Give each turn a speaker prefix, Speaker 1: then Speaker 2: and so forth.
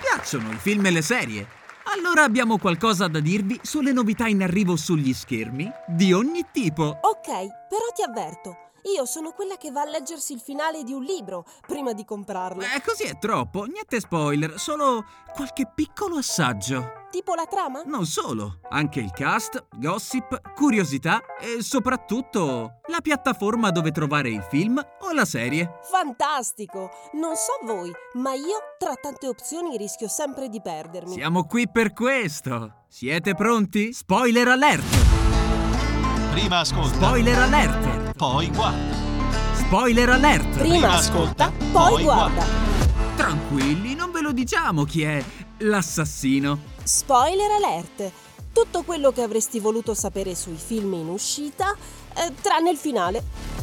Speaker 1: piacciono i film e le serie? Allora abbiamo qualcosa da dirvi sulle novità in arrivo sugli schermi di ogni tipo.
Speaker 2: Ok, però ti avverto, io sono quella che va a leggersi il finale di un libro prima di comprarlo.
Speaker 1: Eh, così è troppo, niente spoiler, solo qualche piccolo assaggio.
Speaker 2: Tipo la trama?
Speaker 1: Non solo, anche il cast, gossip, curiosità e soprattutto la piattaforma dove trovare il film o la serie.
Speaker 2: Fantastico! Non so voi, ma io tra tante opzioni rischio sempre di perdermi.
Speaker 1: Siamo qui per questo. Siete pronti? Spoiler alert!
Speaker 3: Prima ascolta,
Speaker 1: Spoiler alert!
Speaker 3: poi guarda.
Speaker 1: Spoiler alert!
Speaker 2: Prima ascolta, poi guarda.
Speaker 1: Tranquilli, non ve lo diciamo chi è l'assassino.
Speaker 2: Spoiler alert! Tutto quello che avresti voluto sapere sui film in uscita, eh, tranne il finale.